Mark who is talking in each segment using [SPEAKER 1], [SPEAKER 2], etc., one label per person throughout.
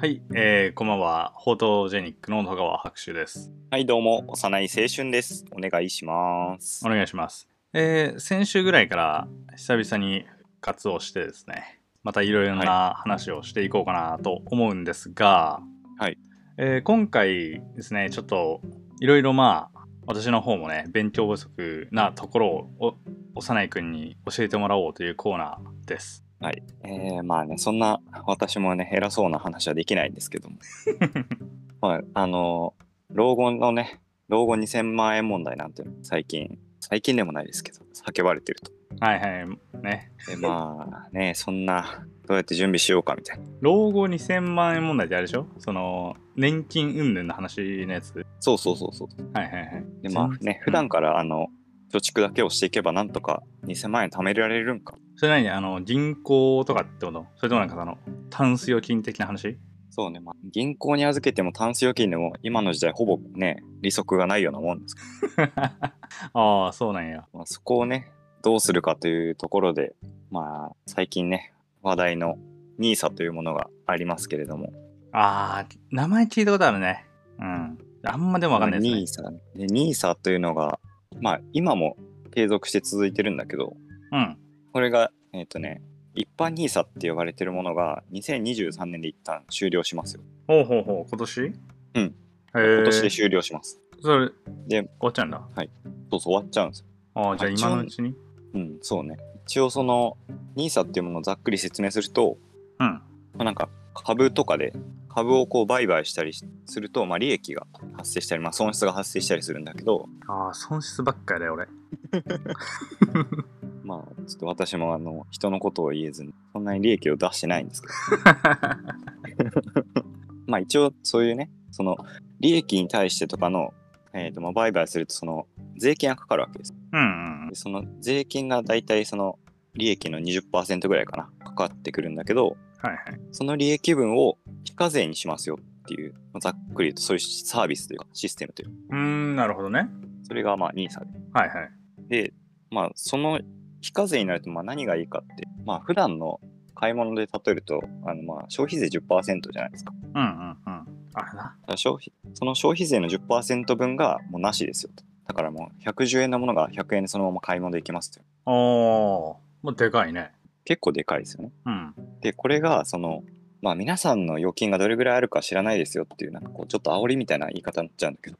[SPEAKER 1] はい、えー、こんばんは。フォートジェニックの戸川博修です。
[SPEAKER 2] はい、どうも、幼い青春です。お願いします
[SPEAKER 1] お。願いします。えー、先週ぐらいから久々に復活をしてですね、またいろいろな話をしていこうかなと思うんですが、
[SPEAKER 2] はい
[SPEAKER 1] えー今回ですね、ちょっといろいろまあ、私の方もね、勉強不足なところをお幼い君に教えてもらおうというコーナーです。
[SPEAKER 2] えー、まあね、そんな私もね、偉そうな話はできないんですけども。まあ、あの、老後のね、老後2000万円問題なんていうの最近、最近でもないですけど、叫ばれてると。
[SPEAKER 1] はいはい、ね。
[SPEAKER 2] で、まあね、そんな、どうやって準備しようかみたいな。
[SPEAKER 1] 老後2000万円問題ってあれでしょその年金云々の話のやつ
[SPEAKER 2] そうそうそうそう。
[SPEAKER 1] はいはいはい
[SPEAKER 2] で、まあね、普段から、あの、貯蓄だけをしていけば、なんとか2000万円貯められるんか。
[SPEAKER 1] それなりにあの銀行とかってことそれともなんかそのタンス預金的な話
[SPEAKER 2] そうね、まあ、銀行に預けてもタンス預金でも今の時代ほぼね利息がないようなもんですから、
[SPEAKER 1] ああそうなんや
[SPEAKER 2] まあ、そこをねどうするかというところでまあ最近ね話題の NISA というものがありますけれども
[SPEAKER 1] あー名前聞いたことあるねうんあんまでもわかんないですね
[SPEAKER 2] NISA ねで NISA というのがまあ今も継続して続いてるんだけど
[SPEAKER 1] うん
[SPEAKER 2] これがえっ、とね一般 NISA って呼ばれてるものが2023年で一旦終了しますよ
[SPEAKER 1] ほうほうほう今年
[SPEAKER 2] うん
[SPEAKER 1] へえ
[SPEAKER 2] 今年で終了します、
[SPEAKER 1] それ
[SPEAKER 2] で
[SPEAKER 1] 終わっちゃうんだ
[SPEAKER 2] そうそう終わっちゃうんですよ
[SPEAKER 1] ああじゃあ今のうちに
[SPEAKER 2] うん、そうね。一応その NISA っていうものをざっくり説明すると、
[SPEAKER 1] うん
[SPEAKER 2] まあ、なんか株とかで株をこう売買したりしすると、まあ、利益が発生したり、まあ、損失が発生したりするんだけど、
[SPEAKER 1] ああ損失ばっかりだよ俺
[SPEAKER 2] まあ、ちょっと私もあの人のことを言えずにそんなに利益を出してないんですけど、まあ、一応そういうねその利益に対してとかの、えー、とまあ売買するとその税金がかかるわけです。
[SPEAKER 1] うんうん
[SPEAKER 2] でその税金が大体その利益の20%ぐらいかなかかってくるんだけど、
[SPEAKER 1] はいはい
[SPEAKER 2] その利益分を非課税にしますよっていう、まあざっくり言うとそういうサービスというかシステムというか、
[SPEAKER 1] うーんなるほどね
[SPEAKER 2] それがまあ NISA
[SPEAKER 1] はいはい
[SPEAKER 2] で。で、まあその非課税になるとまあ何がいいかって、まあ普段の買い物で例えると、あのまあ消費税10%じゃないですか。だ
[SPEAKER 1] うんうんうんあれな
[SPEAKER 2] から消費その消費税の10%分がもうなしですよと。だからもう110円のものが100円でそのまま買い物できますという。
[SPEAKER 1] ああもうでかいね
[SPEAKER 2] 結構でかいですよね。
[SPEAKER 1] うん
[SPEAKER 2] で、これがその、まあ皆さんの預金がどれぐらいあるか知らないですよっていう、なんかこうちょっと煽りみたいな言い方になっちゃうんだけど。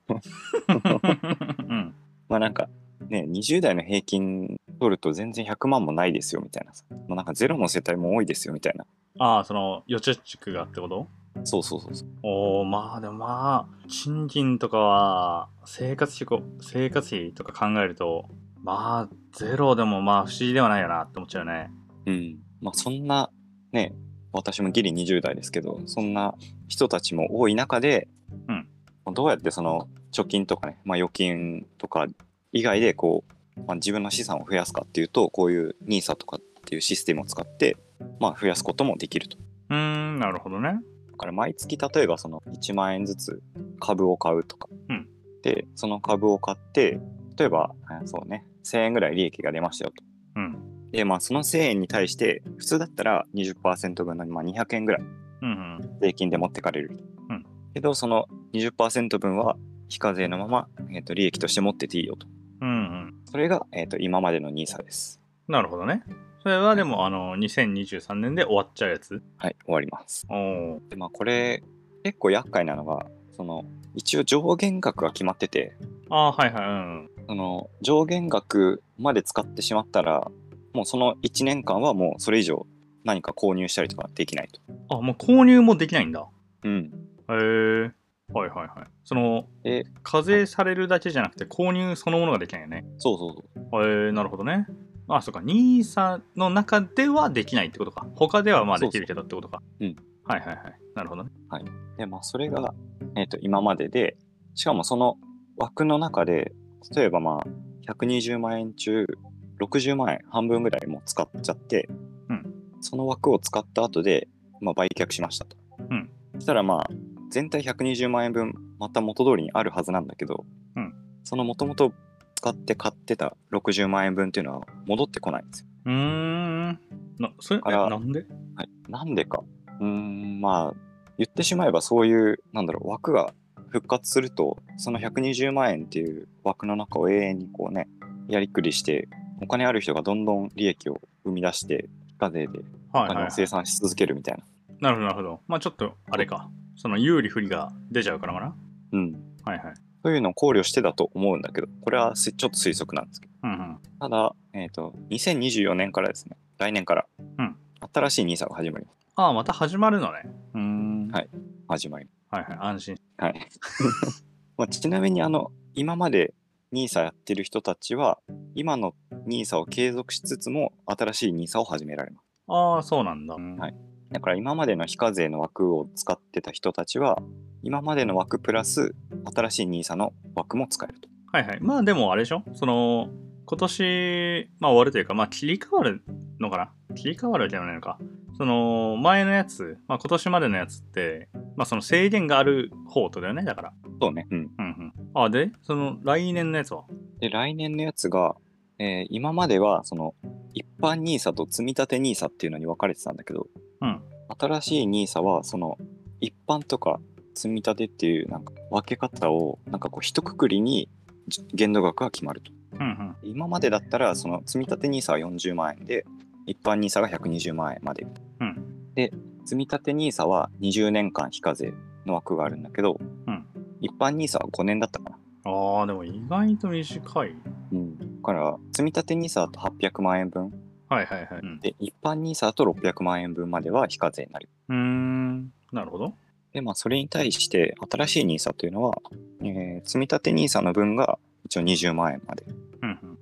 [SPEAKER 1] うん
[SPEAKER 2] まあなんかね、20代の平均取ると全然100万もないですよみたいなさ。もうなんかゼロの世帯も多いですよみたいな。
[SPEAKER 1] ああ、その、予知蓄がってこと
[SPEAKER 2] そうそうそうそう。
[SPEAKER 1] おおまあでもまあ、賃金とかは、生活費こ、生活費とか考えると、まあ、ゼロでもまあ不思議ではないよなって思っちゃうよね。
[SPEAKER 2] うん。まあそんなね、私もギリ20代ですけど、そんな人たちも多い中で、
[SPEAKER 1] うん
[SPEAKER 2] まあどうやってその貯金とかね、まあ預金とか以外でこう、まあ、自分の資産を増やすかっていうと、こういう NISA とかっていうシステムを使って、まあ増やすこともできると。
[SPEAKER 1] うーん、なるほどね。
[SPEAKER 2] だから毎月例えばその1万円ずつ株を買うとか、
[SPEAKER 1] うん
[SPEAKER 2] でその株を買って例えばあそうね1000円ぐらい利益が出ましたよと
[SPEAKER 1] うん。
[SPEAKER 2] でまあその1000円に対して普通だったら20%分の、まあ、200円ぐらい
[SPEAKER 1] うんうん。
[SPEAKER 2] 税金で持ってかれる、
[SPEAKER 1] うん
[SPEAKER 2] けどその20%分は非課税のまま、えー、と利益として持ってていいよと
[SPEAKER 1] うんうん。
[SPEAKER 2] それが、えー、と今までの NISA です
[SPEAKER 1] なるほどね。それはでも、あの、2023年で終わっちゃうやつ。
[SPEAKER 2] はい終わります
[SPEAKER 1] おお
[SPEAKER 2] でまあこれ結構厄介なのがその一応上限額が決まってて
[SPEAKER 1] ああー、はいはい、うん。
[SPEAKER 2] その上限額まで使ってしまったらもうその1年間はもうそれ以上何か購入したりとかできないと。
[SPEAKER 1] あ、もう購入もできないんだ。
[SPEAKER 2] うん、
[SPEAKER 1] へえ。はいはいはい。その
[SPEAKER 2] え、
[SPEAKER 1] 課税されるだけじゃなくて、購入そのものができないよね。
[SPEAKER 2] そうそうそう
[SPEAKER 1] えー、なるほどね。あ、そうか。NISA の中ではできないってことか。他ではまあできるけどってことか。
[SPEAKER 2] そうそう
[SPEAKER 1] はいはいはい。なるほどね。
[SPEAKER 2] でまあそれが、えー、と今まででしかもその枠の中で例えばまあ120万円中60万円半分ぐらいもう使っちゃって、
[SPEAKER 1] うん
[SPEAKER 2] その枠を使った後で、まあ、売却しましたと。
[SPEAKER 1] うん
[SPEAKER 2] そしたらまあ全体120万円分また元通りにあるはずなんだけど、
[SPEAKER 1] うん
[SPEAKER 2] そのもともと使って買ってた60万円分っていうのは戻ってこないんですよ。
[SPEAKER 1] うーん。な、それ、
[SPEAKER 2] だ
[SPEAKER 1] え
[SPEAKER 2] から
[SPEAKER 1] なんで
[SPEAKER 2] はい、なんでかうーんまあ言ってしまえばそういうなんだろう枠が復活するとその120万円っていう枠の中を永遠にこうねやりくりしてお金ある人がどんどん利益を生み出して非課税でお
[SPEAKER 1] はいはい、
[SPEAKER 2] 金を生産し続けるみたいな、
[SPEAKER 1] なるほどなるほどまあちょっとあれかその有利不利が出ちゃうからかな
[SPEAKER 2] うん
[SPEAKER 1] はいはい
[SPEAKER 2] そういうのを考慮してだと思うんだけどこれはすちょっと推測なんですけど
[SPEAKER 1] うんうん
[SPEAKER 2] ただ、えっと2024年からですね来年から、
[SPEAKER 1] うん
[SPEAKER 2] 新しい NISA が始まります
[SPEAKER 1] ああまた始まるのねうーん
[SPEAKER 2] はい始まり
[SPEAKER 1] はいはい安心
[SPEAKER 2] はい。 まあ、ちなみにあの今まで NISA やってる人たちは今の NISA を継続しつつも新しい NISA を始められます。
[SPEAKER 1] ああそうなんだ、
[SPEAKER 2] はいだから今までの非課税の枠を使ってた人たちは今までの枠プラス新しい NISA の枠も使えると。
[SPEAKER 1] はいはい。まあでもあれでしょその、今年、まあ終わるというか、まあ切り替わるのかな切り替わるじゃないのか。その、前のやつ、まあ今年までのやつって、まあその制限がある方とだよね、だから。
[SPEAKER 2] そうね。うん、
[SPEAKER 1] うんうん。あ、で、その来年のやつは
[SPEAKER 2] で来年のやつが、えー今まではその一般 NISA と積立 NISA っていうのに分かれてたんだけど、
[SPEAKER 1] うん
[SPEAKER 2] 新しい NISA はその一般とか積立っていうなんか分け方をなんかこう一括りにじ限度額が決まると
[SPEAKER 1] うんうん。
[SPEAKER 2] 今までだったらその積立 NISA は40万円で一般 NISA が120万円まで、
[SPEAKER 1] うん
[SPEAKER 2] で積立 NISA は20年間非課税の枠があるんだけど、
[SPEAKER 1] うん
[SPEAKER 2] 一般 NISA は5年だったかな
[SPEAKER 1] ああ、でも意外と短い。
[SPEAKER 2] うん、だから積立 NISA だと800万円分
[SPEAKER 1] はいはいはい。うん
[SPEAKER 2] で一般 NISA だと600万円分までは非課税になる。
[SPEAKER 1] うーん。なるほど。
[SPEAKER 2] でまあそれに対して新しい NISA というのは、えー積立 NISA の分が一応20万円まで、
[SPEAKER 1] うんうん。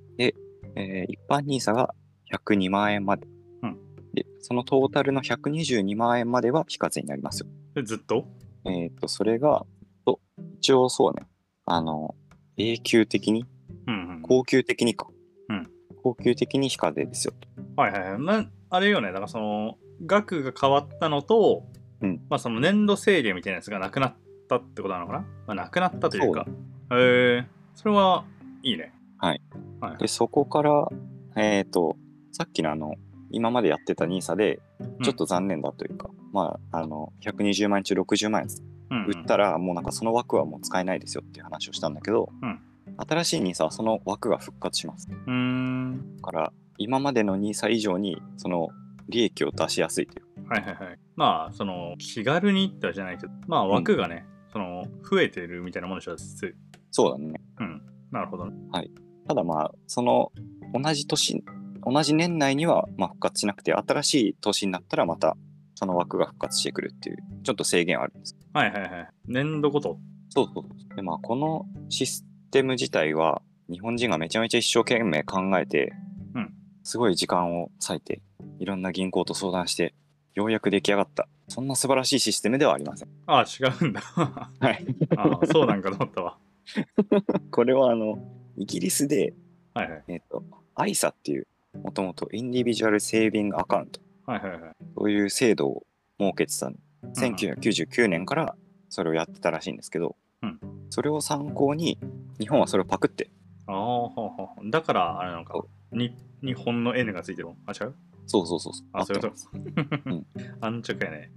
[SPEAKER 2] えー一般 NISA が102万円まで,、
[SPEAKER 1] うん
[SPEAKER 2] でそのトータルの122万円までは非課税になりますよ。
[SPEAKER 1] で、ずっと
[SPEAKER 2] えっとそれがと一応そうねあの永久的に
[SPEAKER 1] うんうん。
[SPEAKER 2] 恒久的にか、
[SPEAKER 1] うん
[SPEAKER 2] 恒久的に非課税ですよ。
[SPEAKER 1] はいはいはい。まあ、あれよね、だからその、額が変わったのと、
[SPEAKER 2] うん
[SPEAKER 1] まあその年度制限みたいなやつがなくなったってことなのかな、まあ、なくなったというか。へえそれはいいね。
[SPEAKER 2] はい。
[SPEAKER 1] はいはい
[SPEAKER 2] で、そこから、えっ、と、さっきのあの、今までやってた NISA で、ちょっと残念だというか、まあ、あの、120万円中60万円
[SPEAKER 1] うんうん
[SPEAKER 2] 売ったら、もうなんかその枠はもう使えないですよっていう話をしたんだけど、
[SPEAKER 1] うん
[SPEAKER 2] 新しい NISA はその枠が復活します。だ
[SPEAKER 1] うーん。
[SPEAKER 2] から、今までの NISA 以上に、その、利益を出しやすいという。
[SPEAKER 1] はいはいはい。まあ、その、気軽にってわけじゃないけど、まあ枠がね、その、増えてるみたいなものでしょ、つ
[SPEAKER 2] そうだね。
[SPEAKER 1] うん。なるほど、ね。
[SPEAKER 2] ただまあ、その、同じ年、同じ年内にはまあ復活しなくて、新しい年になったらまた、その枠が復活してくるっていう、ちょっと制限はあるんです
[SPEAKER 1] はいはいはい。年度ごと。
[SPEAKER 2] そうそうそう。で、まあ、このシステム自体は、日本人がめちゃめちゃ一生懸命考えて、
[SPEAKER 1] うん
[SPEAKER 2] すごい時間を割いて、いろんな銀行と相談して、ようやく出来上がった。そんな素晴らしいシステムではありません。
[SPEAKER 1] ああ、違うんだ。 あ
[SPEAKER 2] はい。
[SPEAKER 1] あ、そうなんかと思ったわ。
[SPEAKER 2] これは、あの、イギリスで、
[SPEAKER 1] はいはい。
[SPEAKER 2] えっ、と、ISA っていう、もともとインディビジュアルセービングアカウント、
[SPEAKER 1] はいはいはい。
[SPEAKER 2] そういう制度を設けてた
[SPEAKER 1] うんうん
[SPEAKER 2] 1999年からそれをやってたらしいんですけど、
[SPEAKER 1] うん
[SPEAKER 2] それを参考に、日本はそれをパクって、
[SPEAKER 1] ああ、ほうほうほうだから、あれなのか
[SPEAKER 2] そ。
[SPEAKER 1] に日本の N がついてるのあ、違う
[SPEAKER 2] そうそうそうそう。
[SPEAKER 1] あ、そういうこと。
[SPEAKER 2] うん
[SPEAKER 1] 安直や ね。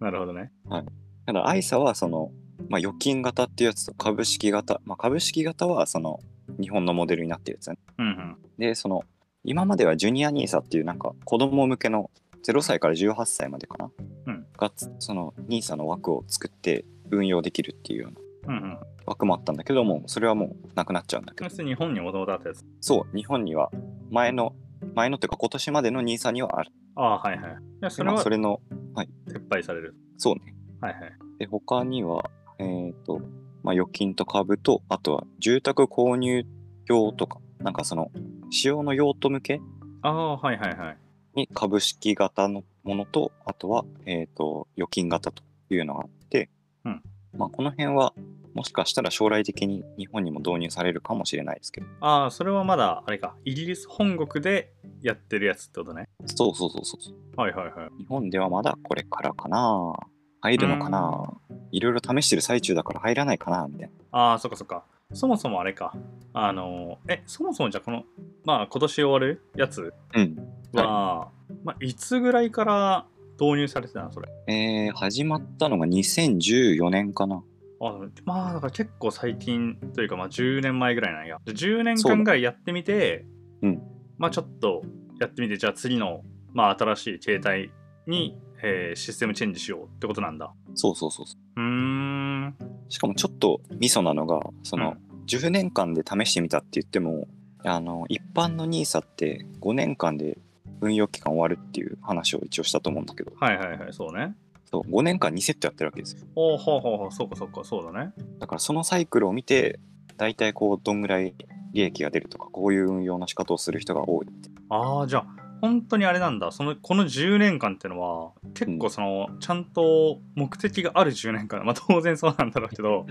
[SPEAKER 1] なるほどね。
[SPEAKER 2] ただ ISA はその、まあ、預金型っていうやつと株式型、まあ、株式型はその日本のモデルになってるやつ、ね、
[SPEAKER 1] うんうん。
[SPEAKER 2] でその今まではジュニア NISA っていうなんか子供向けの0歳から18歳までかな、
[SPEAKER 1] うん
[SPEAKER 2] がつその NISA の枠を作って運用できるっていうような
[SPEAKER 1] うん
[SPEAKER 2] 枠もあったんだけどもそれはもうなくなっちゃうんだけ
[SPEAKER 1] うん。
[SPEAKER 2] ど
[SPEAKER 1] そして日本にもともとあったやつ。
[SPEAKER 2] そう日本には前の前のっていうか今年までの NISA にはある
[SPEAKER 1] ああ、はいはい。いや、それ
[SPEAKER 2] まあ
[SPEAKER 1] は
[SPEAKER 2] それの
[SPEAKER 1] 撤廃される。
[SPEAKER 2] そうね
[SPEAKER 1] はいはい。
[SPEAKER 2] で、他には、えっ、と、まあ、預金と株と、あとは住宅購入用とか、なんかその、使用の用途向け
[SPEAKER 1] ああ、はいはいはい。
[SPEAKER 2] に株式型のものと、あとは、えっ、と、預金型というのがあって、
[SPEAKER 1] うん
[SPEAKER 2] まあ、この辺は、もしかしたら将来的に日本にも導入されるかもしれないですけど、
[SPEAKER 1] ああ、それはまだ、あれか。イギリス本国でやってるやつってことね。
[SPEAKER 2] そうそうそうそう。
[SPEAKER 1] はいはいはい。
[SPEAKER 2] 日本ではまだこれからかな入るのかな、いろいろ試してる最中だから入らないかなみたいな。
[SPEAKER 1] ああ、そっかそっか。そもそもあれか。あのー、え、そもそもじゃあこの、まあ今年終わるやつ
[SPEAKER 2] うん。
[SPEAKER 1] は、まあいつぐらいから導入されてたな、それ。
[SPEAKER 2] えー、始まったのが2014年かな。
[SPEAKER 1] あでもまあ、だから結構最近というか、まあ、10年前ぐらいなんや。で10年間ぐらいやってみて、
[SPEAKER 2] うん
[SPEAKER 1] まあ、ちょっとやってみて、じゃあ次の、まあ、新しい携帯に、えーシステムチェンジしようってことなんだ。
[SPEAKER 2] そうそうそうそう
[SPEAKER 1] ーん。
[SPEAKER 2] しかもちょっとミソなのが、その、10年間で試してみたって言っても、あの、一般の NISA って5年間で運用期間終わるっていう話を一応したと思うんだけど、
[SPEAKER 1] はいはいはい、そうね。
[SPEAKER 2] そう5年間2セットやってるわけですよ。
[SPEAKER 1] おおほうほうほう、そうかそうか、そうだね。
[SPEAKER 2] だからそのサイクルを見て、大体こう、どんぐらい利益が出るとか、こういう運用の仕方をする人が多いって。
[SPEAKER 1] ああ、じゃあ、本当にあれなんだ。その、この10年間ってのは、結構その、ちゃんと目的がある10年間。まあ当然そうなんだろうけ ど、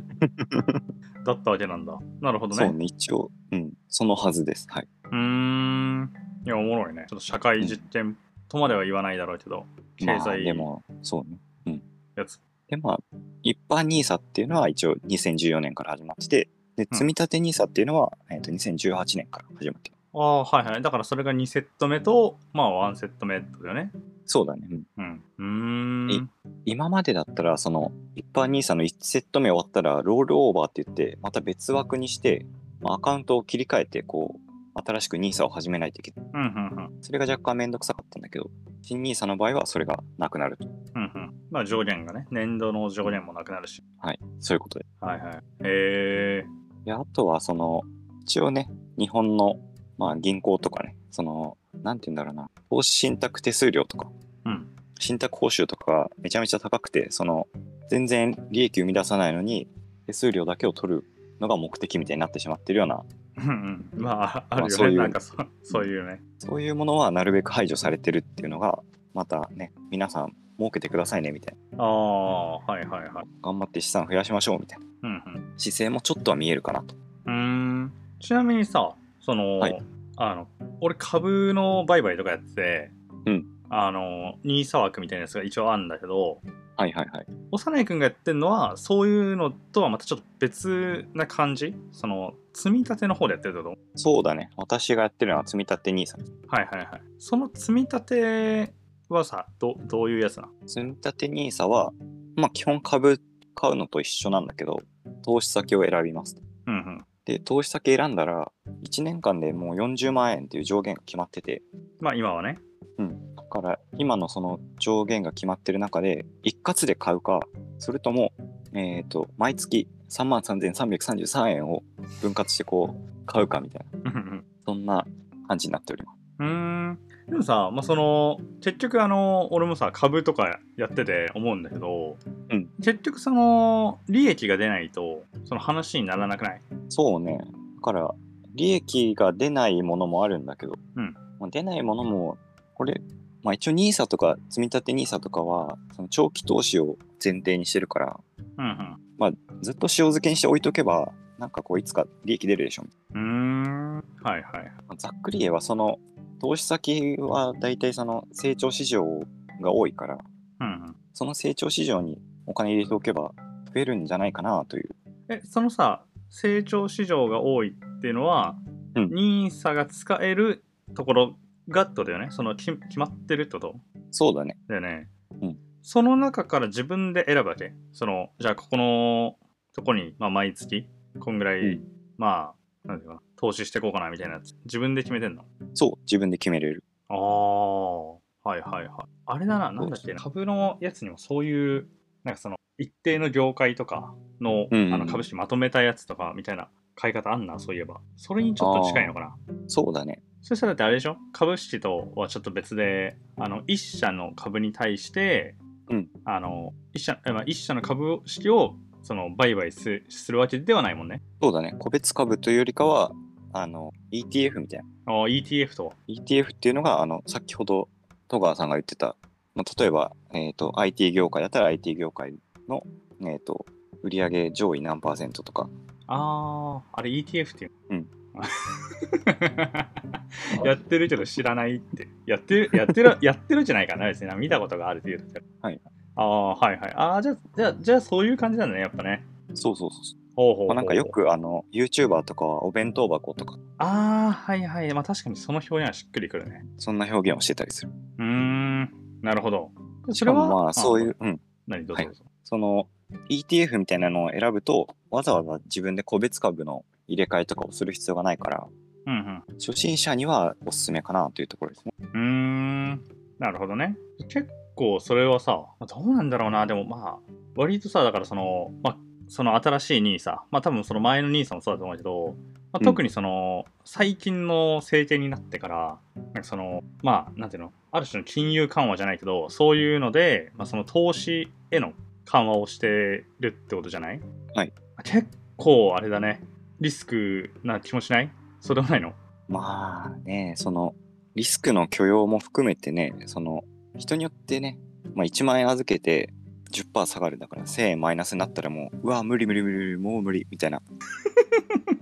[SPEAKER 1] だったわけなんだ。なるほど
[SPEAKER 2] そう
[SPEAKER 1] ね。
[SPEAKER 2] ね、一応、うん、そのはずです。はい。
[SPEAKER 1] うーん。いや、おもろいね。ちょっと社会実験とまでは言わないだろうけど、経
[SPEAKER 2] まあ、
[SPEAKER 1] 済
[SPEAKER 2] でも、そうね。
[SPEAKER 1] やつ。
[SPEAKER 2] で、まあ、一般 NISA っていうのは一応2014年から始まってて、で、
[SPEAKER 1] うん
[SPEAKER 2] 積み立て NISA っていうのは、えっと2018年から始まってる。
[SPEAKER 1] ああ、はいはい。だからそれが2セット目と、まあ1セット目だよね。
[SPEAKER 2] そうだね。うん
[SPEAKER 1] うん。うーん。
[SPEAKER 2] 今までだったら、その、一般 NISA の1セット目終わったら、ロールオーバーって言って、また別枠にして、まあアカウントを切り替えて、こう、新しく NISA を始めないといけない。
[SPEAKER 1] うん、うん、うん。
[SPEAKER 2] それが若干めんどくさかったんだけど、新 NISA の場合はそれがなくなると。
[SPEAKER 1] うんうん、まあ上限がね、年度の上限もなくなるし。
[SPEAKER 2] はい。そういうことで
[SPEAKER 1] はいはい。えー、
[SPEAKER 2] であとはその一応ね日本の、まあ、銀行とかねそのなんて言うんだろうな投資信託手数料とか、
[SPEAKER 1] うん
[SPEAKER 2] 信託報酬とかがめちゃめちゃ高くてその全然利益生み出さないのに手数料だけを取るのが目的みたいになってしまってるような
[SPEAKER 1] うんうん、まあ、あるよね、
[SPEAKER 2] そういう
[SPEAKER 1] なんかそそういうね。
[SPEAKER 2] そういうものはなるべく排除されてるっていうのがまたね皆さん儲けてくださいねみたいな
[SPEAKER 1] ああ、はいはいはい。
[SPEAKER 2] 頑張って資産増やしましょうみたいな
[SPEAKER 1] うん
[SPEAKER 2] 姿勢もちょっとは見えるかなと
[SPEAKER 1] うん、うーんちなみにさ、その、
[SPEAKER 2] はい
[SPEAKER 1] あの俺、株の売買とかやってて、
[SPEAKER 2] うん
[SPEAKER 1] あの、ニーサ枠みたいなやつが一応あるんだけど、
[SPEAKER 2] はいはいはい
[SPEAKER 1] 幼い君がやってるのは、そういうのとはまたちょっと別な感じその、積み立ての方でやってるってこと
[SPEAKER 2] そうだね私がやってるのは積み立て NISA
[SPEAKER 1] はいはいはい。その積み立てはさ、どどういうやつなの
[SPEAKER 2] 積み立て NISA は、まあ、基本株買うのと一緒なんだけど投資先を選びます
[SPEAKER 1] うんうん。
[SPEAKER 2] で投資先選んだら1年間でもう40万円っていう上限が決まってて
[SPEAKER 1] まあ今はね。
[SPEAKER 2] だから今のその上限が決まってる中で一括で買うかそれとも、えー、と毎月3万3333円を分割してこう買うかみたいな
[SPEAKER 1] うんうん。
[SPEAKER 2] そんな感じになっております
[SPEAKER 1] うーんでもさ、まあ、その結局あの俺もさ株とかやってて思うんだけど、
[SPEAKER 2] うん
[SPEAKER 1] 結局その利益が出ないとその話にならなくない
[SPEAKER 2] そうね。だから、利益が出ないものもあるんだけど、
[SPEAKER 1] うん
[SPEAKER 2] まあ出ないものも、これ、まあ、一応 NISA とか、積み立て NISA とかは、その長期投資を前提にしてるから、
[SPEAKER 1] うん
[SPEAKER 2] ずっと塩漬けにして置いとけば、なんかこう、いつか利益出るでしょ。みたい
[SPEAKER 1] うんうーんはいはい
[SPEAKER 2] なまあざっくり言えば、その、投資先は大体その成長市場が多いから、
[SPEAKER 1] うん
[SPEAKER 2] その成長市場にお金入れておけば、増えるんじゃないかなという。
[SPEAKER 1] えそのさ成長市場が多いっていうのは、
[SPEAKER 2] うん
[SPEAKER 1] NISA が使えるところがってことだよねそのき決まってるってこと
[SPEAKER 2] そうだね。
[SPEAKER 1] だよね、
[SPEAKER 2] うん
[SPEAKER 1] その中から自分で選ぶわけそのじゃあここのとこに、まあ、毎月こんぐらい、
[SPEAKER 2] うん
[SPEAKER 1] まあなんていうかな投資していこうかなみたいなやつ自分で決めてんの
[SPEAKER 2] そう、自分で決めれる。
[SPEAKER 1] ああはいはいはいあれだななんだっけな株のやつにもそういうなんかその一定の業界とかの,、
[SPEAKER 2] うんうん
[SPEAKER 1] あの株式まとめたやつとかみたいな買い方あんなそういえばそれにちょっと近いのかな
[SPEAKER 2] そうだね。
[SPEAKER 1] そしたらだってあれでしょ株式とはちょっと別で、あの、一社の株に対して、
[SPEAKER 2] うん
[SPEAKER 1] あの、一社、えまあ、一社の株式を、その、売買すするわけではないもんね。
[SPEAKER 2] そうだね、個別株というよりかは、あの、ETF みたいな。
[SPEAKER 1] あー ETF と。
[SPEAKER 2] ETF っていうのが、あの、先ほど戸川さんが言ってた、まあ、例えば、えっ、と、IT 業界だったら IT 業界の、えっ、と、売上上位何パーセントとか、
[SPEAKER 1] ああ、あれ ETF っていう。
[SPEAKER 2] うん。
[SPEAKER 1] やってるけど知らないって。やってる、やってる、 やってるじゃないかな、別にな。見たことがあるっていうと。
[SPEAKER 2] はい。
[SPEAKER 1] ああ、はいはい。ああ、じゃあ、じゃあ、じゃあそういう感じなんだね、やっぱね。
[SPEAKER 2] そうそうそう。
[SPEAKER 1] ほうほうほうほ
[SPEAKER 2] ま
[SPEAKER 1] う
[SPEAKER 2] あ、なんかよく、あの、YouTuber とかはお弁当箱とか、
[SPEAKER 1] ああ、はいはい。まあ確かにその表現はしっくりくるね。
[SPEAKER 2] そんな表現をしてたりする。
[SPEAKER 1] うーん、なるほど。そ
[SPEAKER 2] し
[SPEAKER 1] れ
[SPEAKER 2] か
[SPEAKER 1] は、
[SPEAKER 2] もまあそういう、うん、
[SPEAKER 1] 何どうぞどうぞ。
[SPEAKER 2] その ETF みたいなのを選ぶとわざわざ自分で個別株の入れ替えとかをする必要がないから
[SPEAKER 1] うん
[SPEAKER 2] 初心者にはおすすめかなというところですね。
[SPEAKER 1] うん。うーん。なるほどね。結構それはさ、どうなんだろうな。でもまあ、割とさ、だからその、まあ、その新しいニーサまあ多分その前のニーサもそうだと思うけど、ま
[SPEAKER 2] う
[SPEAKER 1] あ、
[SPEAKER 2] ん
[SPEAKER 1] 特にその、最近の政権になってから、なんかその、まあ、なんていうの、ある種の金融緩和じゃないけど、そういうので、まあ、その投資への緩和をしてるってことじゃない
[SPEAKER 2] はい。
[SPEAKER 1] 結構あれだね。リスクな気もしないそうでもないの
[SPEAKER 2] まあねそのリスクの許容も含めてねその人によってね、まあ、1万円預けて10%下がるだから1000円マイナスになったらもううわ無理無理無理無理もう無理みたいな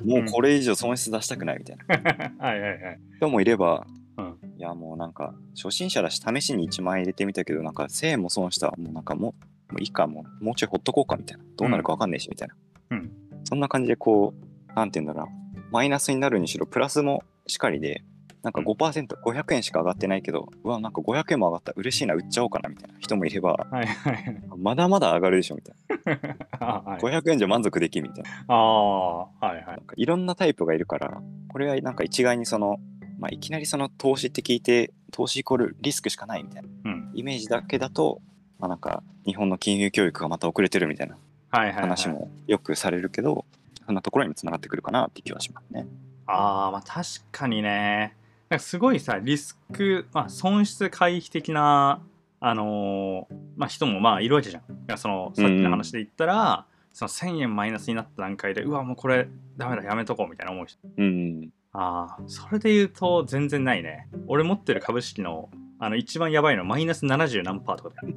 [SPEAKER 2] もうこれ以上損失出したくないみたいな
[SPEAKER 1] はいはいはい。
[SPEAKER 2] 人もいれば、
[SPEAKER 1] うん
[SPEAKER 2] いやもうなんか初心者だし試しに1万円入れてみたけどなんか1000円も損したもうなんかもうもういいかもうもうちょいほっとこうかみたいなどうなるかわかんないしみたいな、
[SPEAKER 1] うん
[SPEAKER 2] そんな感じでこうなんて言うんだろうなマイナスになるにしろプラスもしかりでなんか 5%500 円しか上がってないけどうわなんか500円も上がった嬉しいな売っちゃおうかなみたいな人もいれば
[SPEAKER 1] はいはい
[SPEAKER 2] まだまだ上がるでしょみたい
[SPEAKER 1] あはい。
[SPEAKER 2] な500円じゃ満足できんみたいな
[SPEAKER 1] ああ、はいはい
[SPEAKER 2] なん。かいろんなタイプがいるからこれはなんか一概にその、まあ、いきなりその投資って聞いて投資イコールリスクしかないみたいな
[SPEAKER 1] うん。
[SPEAKER 2] イメージだけだと、まあ、なんか日本の金融教育がまた遅れてるみたいな
[SPEAKER 1] はいはい、はい。
[SPEAKER 2] 話。もよくされるけど、そんなところにもつながってくるかなって気はしますね。
[SPEAKER 1] ああ、まあ確かにね。なんかすごいさ、リスク、まあ損失回避的な、あのーまあ人もまあいるわけじゃん。いやその、さっきの話で言ったら、その1000円マイナスになった段階で、うわ、もうこれダメだ、やめとこうみたいな思う人。
[SPEAKER 2] うん、
[SPEAKER 1] ああ、それで言うと全然ないね。俺持ってる株式の、あの、一番やばいのマイナス70何パーとかだ よ。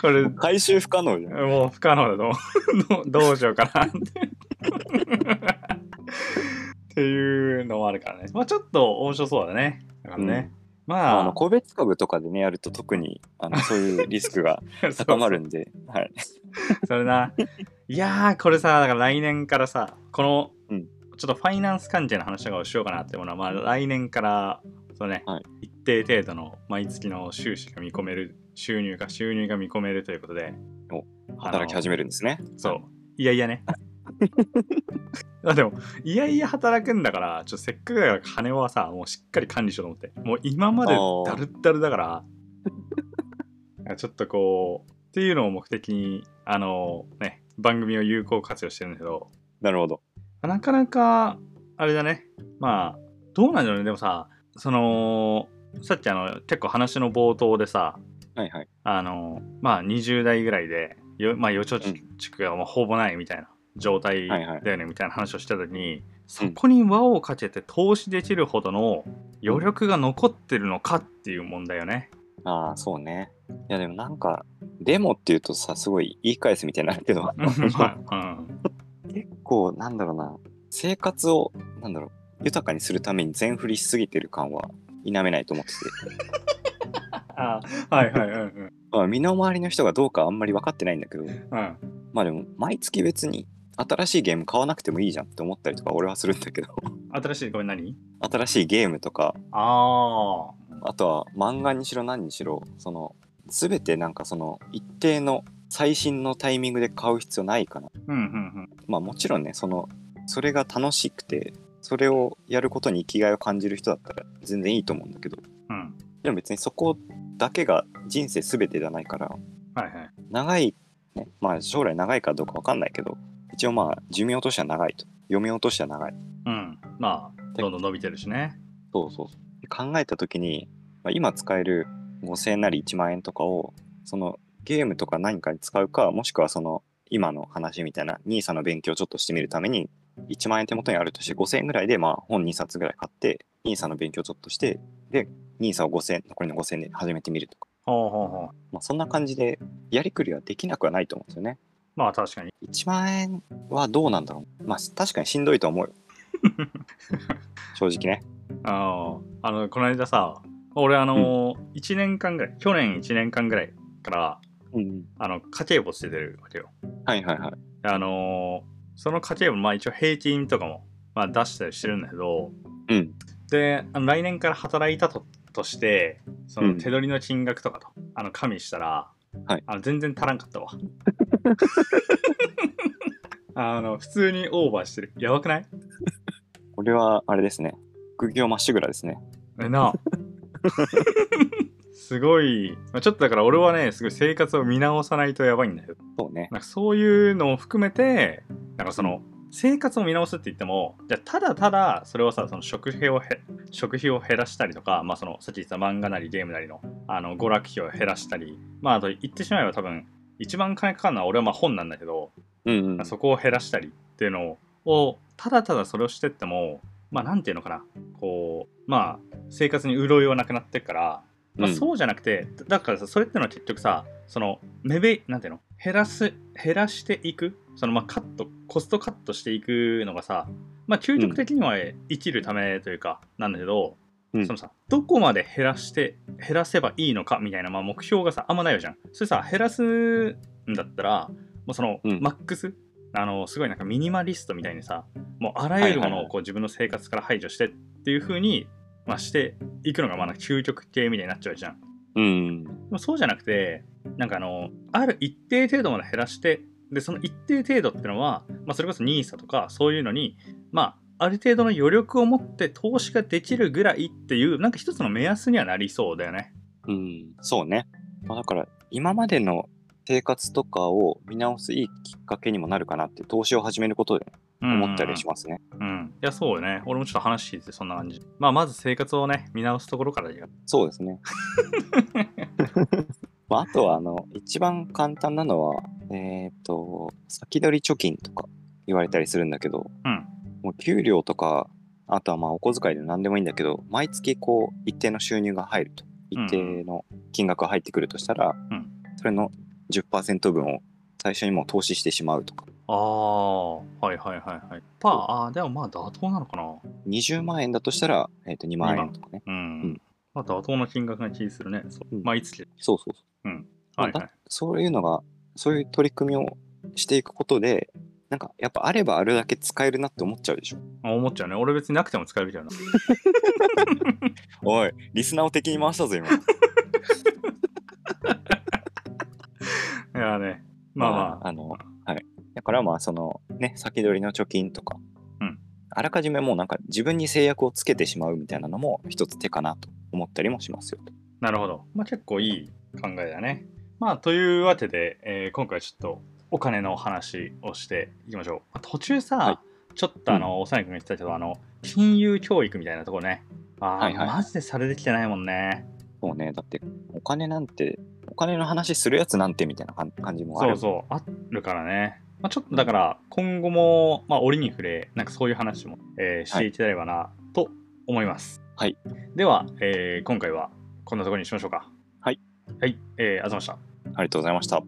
[SPEAKER 1] これ、
[SPEAKER 2] 回収不可能じゃん。
[SPEAKER 1] もう不可能だと思う どうどうしようかなってっていうのもあるからねまあちょっと面白そうだねだからね、まあ
[SPEAKER 2] あの個別株とかでねやると特にあのそういうリスクが高まるん で、はい、
[SPEAKER 1] そうそれないやーこれさだから来年からさこの、
[SPEAKER 2] うん
[SPEAKER 1] ちょっとファイナンス関係の話とかをしようかなっていうものはまあ来年からそうね、
[SPEAKER 2] はい
[SPEAKER 1] 一定程度の毎月の収支が見込める収入か収入が見込めるということで
[SPEAKER 2] 働き始めるんですね。
[SPEAKER 1] そう。いやいやね。あでも、いやいや働くんだから、ちょっとせっかくだから金はさ、もうしっかり管理しようと思って。もう今まで
[SPEAKER 2] あー
[SPEAKER 1] だるっだるだから、ちょっとこう、っていうのを目的に、あのね、番組を有効活用してるんだけど、
[SPEAKER 2] なるほど。
[SPEAKER 1] なかなか、あれだね。まあ、どうなんだろうね。でもさ、その、さっきあの、結構話の冒頭でさ、
[SPEAKER 2] はいはい。
[SPEAKER 1] あのまあ20代ぐらいでよ、まあ、予兆地区がもうほぼないみたいな状態だ
[SPEAKER 2] はいはい
[SPEAKER 1] よねみたいな話をしてた時に、そこに輪をかけて投資できるほどの余力が残ってるのかっていう問題よね。
[SPEAKER 2] ああそうね。いやでもなんかでもっていうとさすごい言い返すみたいになるけ ど
[SPEAKER 1] まあうん
[SPEAKER 2] 結構なんだろうな生活をなんだろう豊かにするために全振りしすぎてる感は否めないと思ってて、
[SPEAKER 1] あはいはいうんうん
[SPEAKER 2] まあ、身の回りの人がどうかあんまり分かってないんだけど
[SPEAKER 1] うん
[SPEAKER 2] まあでも毎月別に新しいゲーム買わなくてもいいじゃんって思ったりとか俺はするんだけど
[SPEAKER 1] 新しいこれ何
[SPEAKER 2] 新しいゲームとか
[SPEAKER 1] あ
[SPEAKER 2] あとは漫画にしろ何にしろその全てなんかその一定の最新のタイミングで買う必要ないかな
[SPEAKER 1] ーうんうん
[SPEAKER 2] まあもちろんねそのそれが楽しくてそれをやることに生きがいを感じる人だったら全然いいと思うんだけど
[SPEAKER 1] うんうん
[SPEAKER 2] でも別にそこだけが人生全てじゃないから
[SPEAKER 1] はいはい
[SPEAKER 2] 長い、ね、まあ将来長いかどうかわかんないけど一応まあ寿命としては長いと読み落としては長い
[SPEAKER 1] うんまあどんどん伸びてるしね
[SPEAKER 2] そうそうで考えた時に、まあ、今使える5,000円なり1万円とかをそのゲームとか何かに使うかもしくはその今の話みたいな NISA の勉強をちょっとしてみるために1万円手元にあるとして5,000円ぐらいでまあ本2冊ぐらい買って NISA の勉強ちょっとしてで NISA を5,000円残りの5,000円で始めてみるとか。
[SPEAKER 1] ほうほうほう
[SPEAKER 2] まあ、そんな感じでやりくりはできなくはないと思うんですよね。
[SPEAKER 1] まあ確かに
[SPEAKER 2] 1万円はどうなんだろう。まあ確かにしんどいと思うよ。正直ね。
[SPEAKER 1] あああのこの間さ俺あの、一年間ぐらい去年1年間ぐらいから
[SPEAKER 2] うん、
[SPEAKER 1] あの家計簿しててるわけよ
[SPEAKER 2] はいはいはい。
[SPEAKER 1] であのーその家計簿まあ一応平均とかも、まあ、出したりしてるんだけど
[SPEAKER 2] うん。
[SPEAKER 1] であの来年から働いたととしてそうの
[SPEAKER 2] ん
[SPEAKER 1] 手取りの金額とかと、あの加味したら、
[SPEAKER 2] はい
[SPEAKER 1] あの全然足らんかった わあの普通にオーバーしてるやばくない
[SPEAKER 2] これは、あれですね。副業まっしぐらですね。
[SPEAKER 1] えなあすごいまあちょっとだから俺はねすごい生活を見直さないとやばいんだよ
[SPEAKER 2] そうね。
[SPEAKER 1] なんかそういうのを含めてなんかその生活を見直すって言ってもじゃあただただそれをさその食費をへ食費を減らしたりとか、まあ、そのさっき言ってた漫画なりゲームなりのあの娯楽費を減らしたり、まあ、あと言ってしまえば多分一番金かかるのは俺はまあ本なんだけど、
[SPEAKER 2] うんうん。
[SPEAKER 1] そこを減らしたりっていうのをただただそれをしてってもまあなんていうのかなこうまあ生活に潤いはなくなってるからまあ、
[SPEAKER 2] うん
[SPEAKER 1] そうじゃなくて、だだからさそれってのは結局さその目べなんていうの減らす減らしていくそのまあカットコストカットしていくのがさまあ究極的には生きるためというかなんだけど、
[SPEAKER 2] うん
[SPEAKER 1] そのさどこまで減らして減らせばいいのかみたいな、まあ、目標がさあんまないわけじゃんそれさ減らすんだったらもうその、
[SPEAKER 2] うん
[SPEAKER 1] マックスあのすごいなんかミニマリストみたいにさもうあらゆるもの
[SPEAKER 2] は
[SPEAKER 1] を
[SPEAKER 2] いはいはい
[SPEAKER 1] こう自分の生活から排除してっていう風に、まあ、していくのがまあなんか究極系みたいになっちゃうじゃん
[SPEAKER 2] うん。
[SPEAKER 1] でもそうじゃなくてなんかあのある一定程度まで減らしてでその一定程度ってのは、まあ、それこそ NISA とかそういうのにまあある程度の余力を持って投資ができるぐらいっていうなんか一つの目安にはなりそうだよね
[SPEAKER 2] うん。そうね。まあ、だから、今までの生活とかを見直すいいきっかけにもなるかなって、投資を始めることで思ったりしますね。
[SPEAKER 1] うん、いやそうよね俺もちょっと話聞いてそんな感じまあまず生活をね見直すところからや
[SPEAKER 2] そうで すね。まあ、あとは、あの、一番簡単なのは、えっ、と、先取り貯金とか言われたりするんだけど、
[SPEAKER 1] うん
[SPEAKER 2] もう給料とか、あとはまあお小遣いで何でもいいんだけど、毎月こう、一定の収入が入ると、
[SPEAKER 1] うん
[SPEAKER 2] 一定の金額が入ってくるとしたら、
[SPEAKER 1] うん
[SPEAKER 2] それの10%分を最初にもう投資してしまうとか、
[SPEAKER 1] ああはいはいはいはいパーああーでもまあ妥当なのかな
[SPEAKER 2] 20万円だとしたら、えっ、と、2万円とかね。
[SPEAKER 1] うん、
[SPEAKER 2] うん
[SPEAKER 1] まあ妥当な金額な気するねそう
[SPEAKER 2] うん
[SPEAKER 1] 毎月
[SPEAKER 2] そうそうそう。まあ
[SPEAKER 1] はいはい
[SPEAKER 2] だそういうのが、そういう取り組みをしていくことで、なんかやっぱあればあるだけ使えるなって思っちゃうでしょ。
[SPEAKER 1] あ思っちゃうね俺別になくても使える じゃん
[SPEAKER 2] おい、リスナーを敵に回したぞ、今。
[SPEAKER 1] いやね、 まあまあ、
[SPEAKER 2] あの、はい。だからまあ、その、ね、先取りの貯金とか、
[SPEAKER 1] うん
[SPEAKER 2] あらかじめもうなんか自分に制約をつけてしまうみたいなのも一つ手かなと思ったりもしますよ。
[SPEAKER 1] なるほど。まあ結構いい考えだね。まあというわけで、えー今回はちょっとお金のお話をしていきましょう。まあ途中さ、
[SPEAKER 2] は
[SPEAKER 1] ちょっとあの、幼い君が言ってたけど、あの、金融教育みたいなとこね。あー、
[SPEAKER 2] はいはい
[SPEAKER 1] マジでされてきてないもんね。
[SPEAKER 2] もうね、だってお金なんて、お金の話するやつなんてみたいな感感じもあ
[SPEAKER 1] そ
[SPEAKER 2] る。
[SPEAKER 1] うそう、あるからね。まあ、ちょっとだから、今後も、まあ、折に触れ、なんかそういう話も、えーしていければな、と思います。
[SPEAKER 2] はい。
[SPEAKER 1] では、えー今回はこんなところにしましょうか。
[SPEAKER 2] はい。
[SPEAKER 1] はい、えー、あざました。
[SPEAKER 2] ありがとうございました。